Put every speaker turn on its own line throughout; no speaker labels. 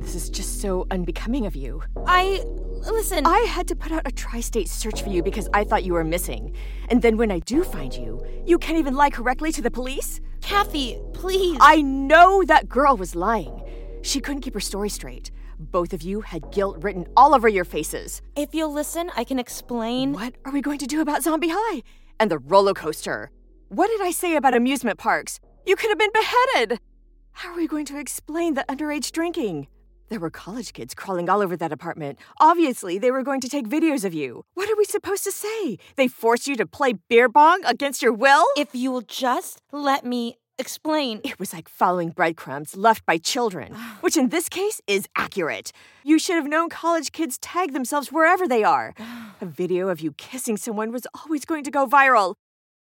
This is just so unbecoming of you.
I listen.
I had to put out a tri state search for you because I thought you were missing. And then when I do find you, you can't even lie correctly to the police?
Mm. Kathy, please.
I know that girl was lying. She couldn't keep her story straight. Both of you had guilt written all over your faces.
if you'll listen, I can explain.
What are we going to do about Zombie High? And the roller coaster? What did I say about amusement parks? You could have been beheaded! How are we going to explain the underage drinking? There were college kids crawling all over that apartment. Obviously, they were going to take videos of you. What are we supposed to say? They forced you to play beer bong against your will?
If you will just let me explain.
It was like following breadcrumbs left by children, which in this case is accurate. You should have known college kids tag themselves wherever they are. A video of you kissing someone was always going to go viral.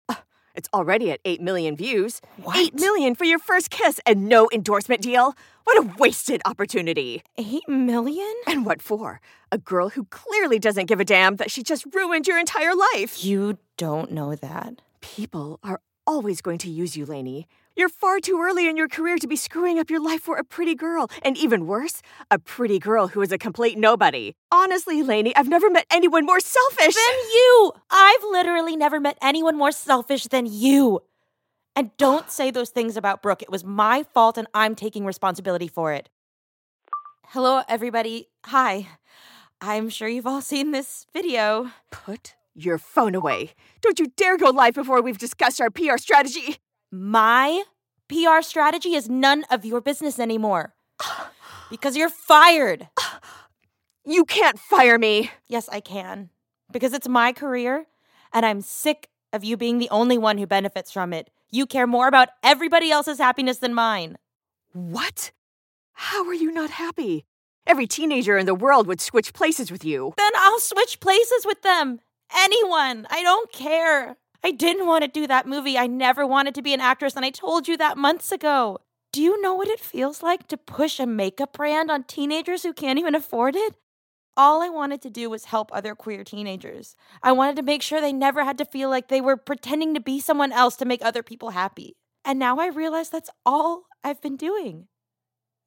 Ugh, It's already at 8 million views.
What?
8 million for your first kiss and no endorsement deal? What a wasted opportunity.
Eight million?
And what for? A girl who clearly doesn't give a damn that she just ruined your entire life.
You don't know that.
People are always going to use you, Lainey. You're far too early in your career to be screwing up your life for a pretty girl, and even worse, a pretty girl who is a complete nobody. Honestly, Lainey, I've never met anyone more selfish.
Than you! I've literally never met anyone more selfish than you. And don't say those things about Brooke. It was my fault and I'm taking responsibility for it. Hello, everybody. Hi. I'm sure you've all seen this video.
Put your phone away. Don't you dare go live before we've discussed our PR strategy.
my PR strategy is none of your business anymore because you're fired.
You can't fire me.
Yes, I can because it's my career and I'm sick of you being the only one who benefits from it. You care more about everybody else's happiness than mine.
What? How are you not happy? Every teenager in the world would switch places with you.
Then I'll switch places with them. Anyone. I don't care. I didn't want to do that movie. I never wanted to be an actress, and I told you that months ago. Do you know what it feels like to push a makeup brand on teenagers who can't even afford it? All I wanted to do was help other queer teenagers. I wanted to make sure they never had to feel like they were pretending to be someone else to make other people happy. And now I realize that's all I've been doing.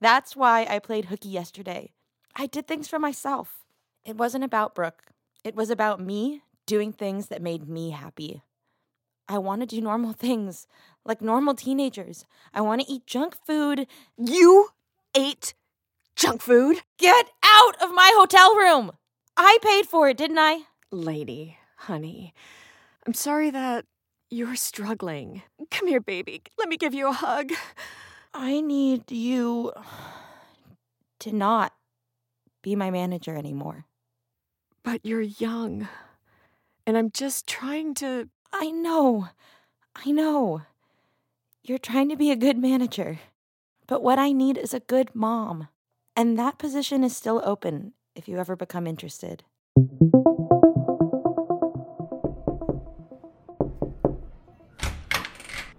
That's why I played hooky yesterday. I did things for myself. It wasn't about Brooke. It was about me doing things that made me happy. I want to do normal things, like normal teenagers. I want to eat junk food.
You ate junk food?
Get out of my hotel room! I paid for it, didn't I?
Lady, honey, I'm sorry that you're struggling. Come here, baby. Let me give you a hug.
I need you to not be my manager anymore.
But you're young. And I'm just trying to.
I know. I know. You're trying to be a good manager. But what I need is a good mom. And that position is still open if you ever become interested.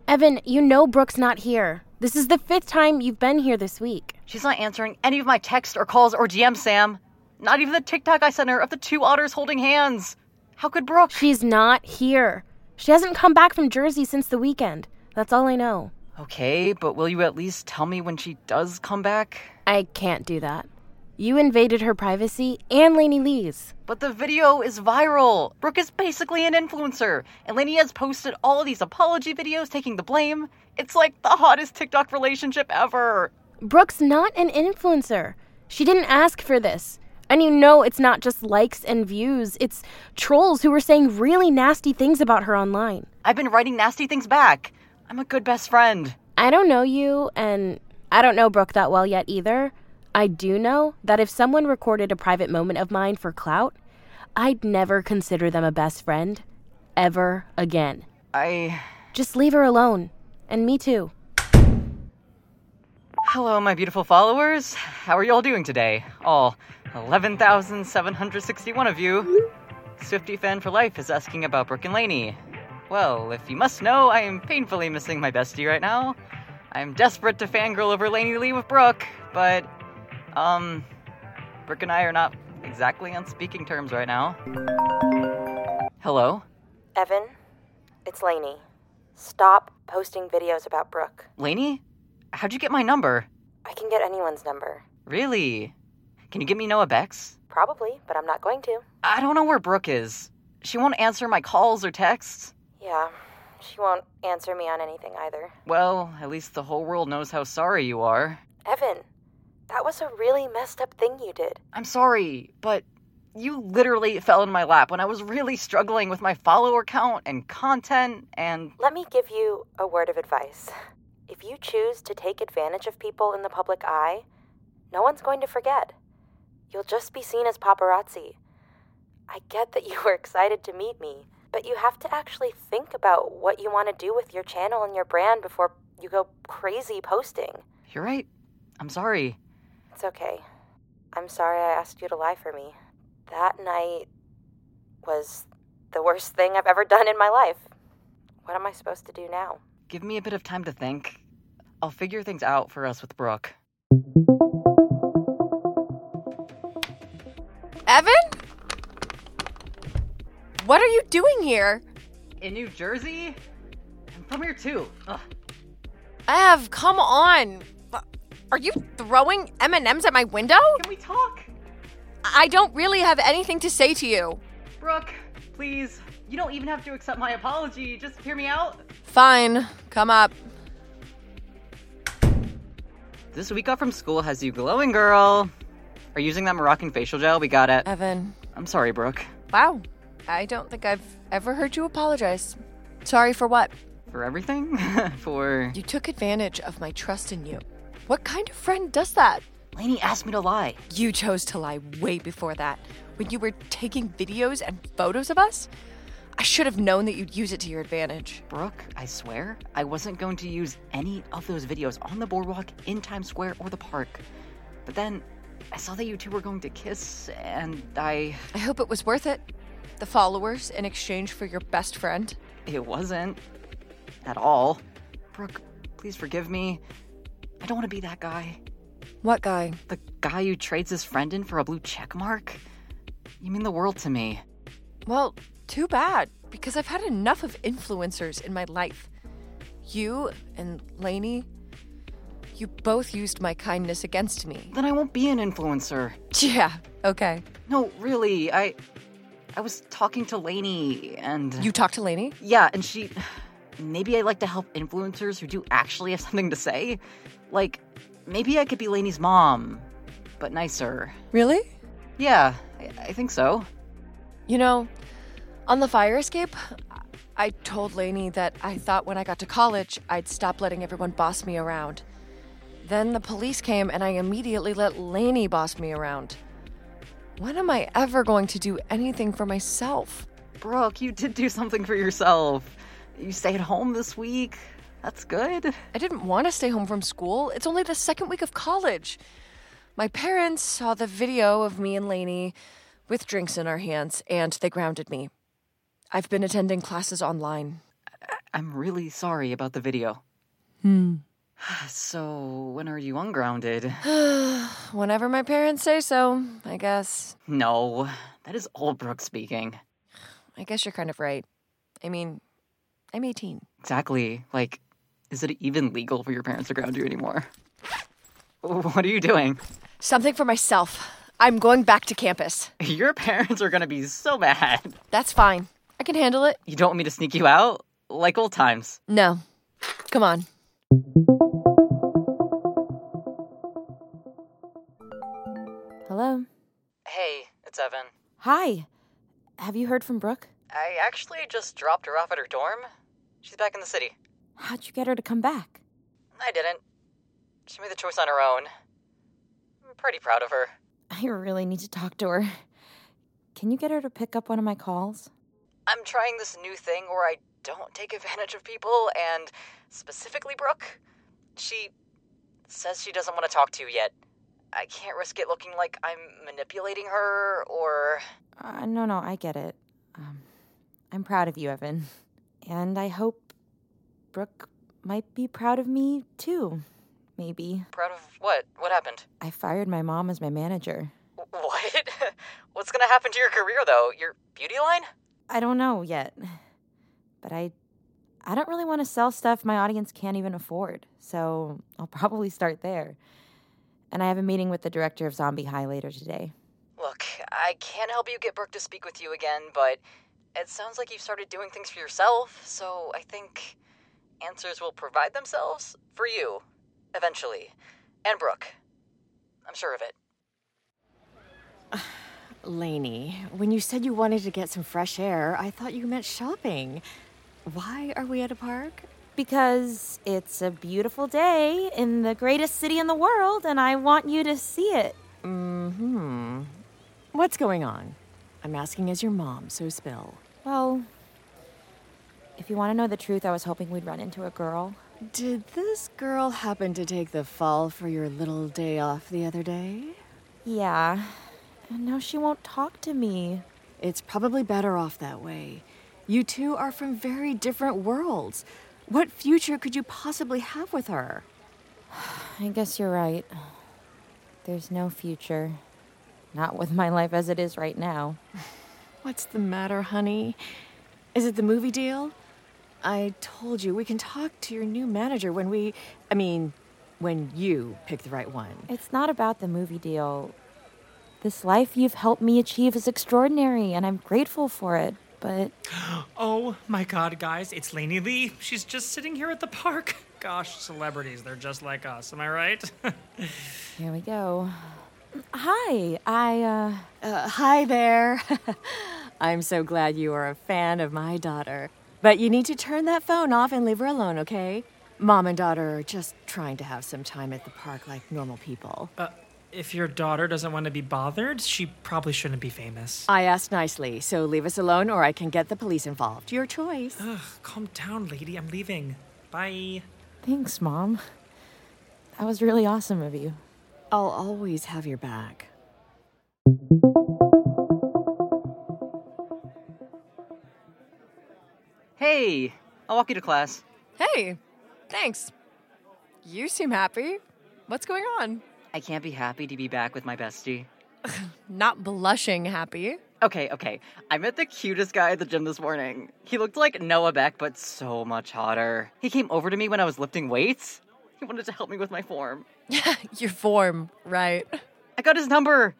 Evan, you know Brooke's not here. This is the fifth time you've been here this week.
She's not answering any of my texts or calls or DM, Sam. Not even the TikTok I sent her of the two otters holding hands. How could Brooke?
She's not here. She hasn't come back from Jersey since the weekend. That's all I know.
Okay, but will you at least tell me when she does come back?
I can't do that. You invaded her privacy and Lainey Lee's.
But the video is viral. Brooke is basically an influencer, and Lainey has posted all these apology videos taking the blame. It's like the hottest TikTok relationship ever.
Brooke's not an influencer. She didn't ask for this. And you know it's not just likes and views, it's trolls who were saying really nasty things about her online.
I've been writing nasty things back. I'm a good best friend.
I don't know you, and I don't know Brooke that well yet either. I do know that if someone recorded a private moment of mine for clout, I'd never consider them a best friend. ever again.
I.
Just leave her alone. And me too.
Hello, my beautiful followers. How are you all doing today? All 11,761 of you. Swifty Fan for Life is asking about Brooke and Laney. Well, if you must know, I am painfully missing my bestie right now. I'm desperate to fangirl over Laney Lee with Brooke, but, um, Brooke and I are not exactly on speaking terms right now. Hello?
Evan, it's Lainey. Stop posting videos about Brooke.
Laney? How'd you get my number?
I can get anyone's number.
Really? Can you give me Noah Beck's?
Probably, but I'm not going to.
I don't know where Brooke is. She won't answer my calls or texts.
Yeah, she won't answer me on anything either.
Well, at least the whole world knows how sorry you are.
Evan, that was a really messed up thing you did.
I'm sorry, but you literally fell in my lap when I was really struggling with my follower count and content and.
Let me give you a word of advice. If you choose to take advantage of people in the public eye, no one's going to forget. You'll just be seen as paparazzi. I get that you were excited to meet me, but you have to actually think about what you want to do with your channel and your brand before you go crazy posting.
You're right. I'm sorry.
It's okay. I'm sorry I asked you to lie for me. That night was the worst thing I've ever done in my life. What am I supposed to do now?
Give me a bit of time to think. I'll figure things out for us with Brooke.
Evan? What are you doing here?
In New Jersey? I'm from here too. Ugh.
Ev, come on. Are you throwing M&Ms at my window?
Can we talk?
I don't really have anything to say to you.
Brooke, please. You don't even have to accept my apology. Just hear me out.
Fine, come up.
This week off from school has you glowing, girl. Are you using that Moroccan facial gel we got at.
Evan.
I'm sorry, Brooke.
Wow. I don't think I've ever heard you apologize. Sorry for what?
For everything? for.
You took advantage of my trust in you. What kind of friend does that?
Lainey asked me to lie.
You chose to lie way before that. When you were taking videos and photos of us, I should have known that you'd use it to your advantage.
Brooke, I swear, I wasn't going to use any of those videos on the boardwalk, in Times Square, or the park. But then I saw that you two were going to kiss, and I.
I hope it was worth it. The followers in exchange for your best friend.
It wasn't. At all. Brooke, please forgive me. I don't want to be that guy.
What guy?
The guy who trades his friend in for a blue check mark? You mean the world to me.
Well, too bad, because I've had enough of influencers in my life. You and Lainey, you both used my kindness against me.
Then I won't be an influencer.
Yeah, okay.
No, really, I. I was talking to Lainey and.
You talk to Lainey?
Yeah, and she. Maybe I like to help influencers who do actually have something to say. Like, maybe I could be Lainey's mom, but nicer.
Really?
Yeah, I, I think so.
You know, on the fire escape, I- I told Lainey that I thought when I got to college, I'd stop letting everyone boss me around. Then the police came and I immediately let Lainey boss me around. When am I ever going to do anything for myself?
Brooke, you did do something for yourself. You stayed home this week. That's good.
I didn't want to stay home from school. It's only the second week of college. My parents saw the video of me and Lainey with drinks in our hands and they grounded me. I've been attending classes online.
I'm really sorry about the video. Hmm. So, when are you ungrounded?
Whenever my parents say so, I guess.
No, that is old Brooke speaking.
I guess you're kind of right. I mean, I'm 18.
Exactly. Like, is it even legal for your parents to ground you anymore? What are you doing?
Something for myself. I'm going back to campus.
Your parents are gonna be so mad.
That's fine. I can handle it.
You don't want me to sneak you out? Like old times.
No. Come on.
Hello?
Hey, it's Evan.
Hi. Have you heard from Brooke?
I actually just dropped her off at her dorm. She's back in the city.
How'd you get her to come back?
I didn't. She made the choice on her own. I'm pretty proud of her.
I really need to talk to her. Can you get her to pick up one of my calls?
I'm trying this new thing where I don't take advantage of people, and specifically Brooke. She says she doesn't want to talk to you yet. I can't risk it looking like I'm manipulating her or.
Uh, no, no, I get it. Um, I'm proud of you, Evan. And I hope Brooke might be proud of me too. Maybe.
Proud of what? What happened?
I fired my mom as my manager.
Wh- What? What's gonna happen to your career though? Your beauty line?
I don't know yet. But I I don't really want to sell stuff my audience can't even afford. So, I'll probably start there. And I have a meeting with the director of Zombie High later today.
Look, I can't help you get Brooke to speak with you again, but it sounds like you've started doing things for yourself, so I think answers will provide themselves for you, eventually. And Brooke. I'm sure of it.
Lainey, when you said you wanted to get some fresh air, I thought you meant shopping. Why are we at a park?
Because it's a beautiful day in the greatest city in the world, and I want you to see it.
What's going on? I'm asking as your mom, so spill.
Well, if you want to know the truth, I was hoping we'd run into a girl.
Did this girl happen to take the fall for your little day off the other day?
Yeah. And now she won't talk to me.
It's probably better off that way. You two are from very different worlds. What future could you possibly have with her?
I guess you're right. There's no future. Not with my life as it is right now.
What's the matter, honey? Is it the movie deal? I told you we can talk to your new manager when we. I mean, when you pick the right one.
It's not about the movie deal. This life you've helped me achieve is extraordinary, and I'm grateful for it. But
Oh my god, guys, it's Lainey Lee. She's just sitting here at the park. Gosh, celebrities, they're just like us, am I right?
here we go. Hi, I, uh,
Uh, hi there. I'm so glad you are a fan of my daughter. But you need to turn that phone off and leave her alone, okay? Mom and daughter are just trying to have some time at the park like normal people.
uh, if your daughter doesn't want to be bothered, she probably shouldn't be famous.
I asked nicely, so leave us alone or I can get the police involved. Your choice.
Ugh, calm down, lady. I'm leaving. Bye.
thanks, Mom. That was really awesome of you.
I'll always have your back.
Hey, I'll walk you to class.
Hey, thanks. You seem happy. What's going on?
I can't be happy to be back with my bestie.
Not blushing happy.
Okay, okay. I met the cutest guy at the gym this morning. He looked like Noah Beck, but so much hotter. He came over to me when I was lifting weights. He wanted to help me with my form.
Your form, right?
I got his number.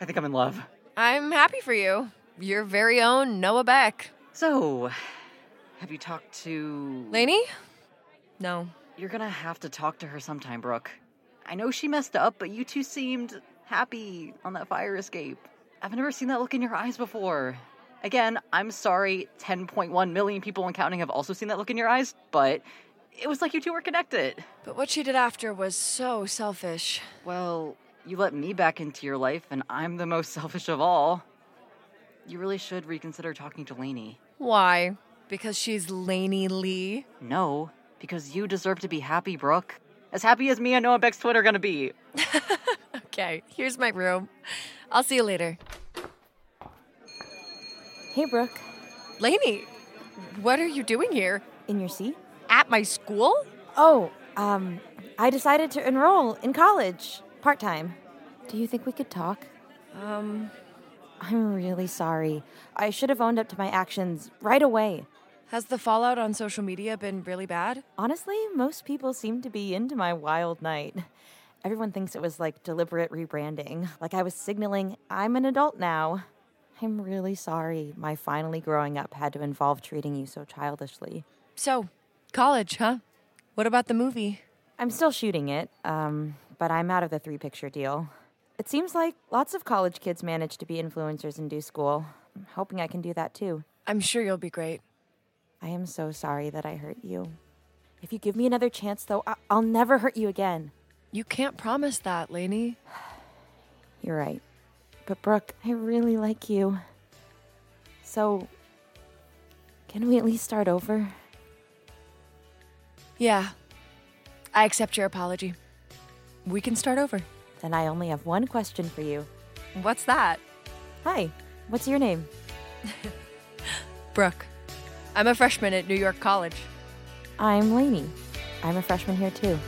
I think I'm in love.
I'm happy for you. Your very own Noah Beck.
So, have you talked to.
Lainey? No.
You're gonna have to talk to her sometime, Brooke. I know she messed up, but you two seemed happy on that fire escape. I've never seen that look in your eyes before. Again, I'm sorry, 10.1 million people and counting have also seen that look in your eyes, but it was like you two were connected.
But what she did after was so selfish.
Well, you let me back into your life, and I'm the most selfish of all. You really should reconsider talking to Lainey.
Why? Because she's Lainey Lee.
No, because you deserve to be happy, Brooke. As happy as me and Noah Beck's twin are gonna be.
Okay, here's my room. I'll see you later.
Hey, Brooke.
Lainey, what are you doing here?
In your seat?
At my school?
Oh, um, I decided to enroll in college part time. Do you think we could talk?
Um,
I'm really sorry. I should have owned up to my actions right away.
has the fallout on social media been really bad?
Honestly, most people seem to be into my wild night. Everyone thinks it was like deliberate rebranding, like I was signaling, I'm an adult now. I'm really sorry my finally growing up had to involve treating you so childishly.
So, college, huh? What about the movie?
I'm still shooting it, um, but I'm out of the three picture deal. It seems like lots of college kids manage to be influencers and do school. I'm hoping I can do that too.
I'm sure you'll be great.
I am so sorry that I hurt you. If you give me another chance, though, I- I'll never hurt you again.
You can't promise that, Lainey.
You're right. But Brooke, I really like you. So, Can we at least start over?
Yeah. I accept your apology. We can start over.
Then I only have one question for you.
What's that?
Hi, what's your name?
Brooke. I'm a freshman at New York College.
I'm Lainey. I'm a freshman here too.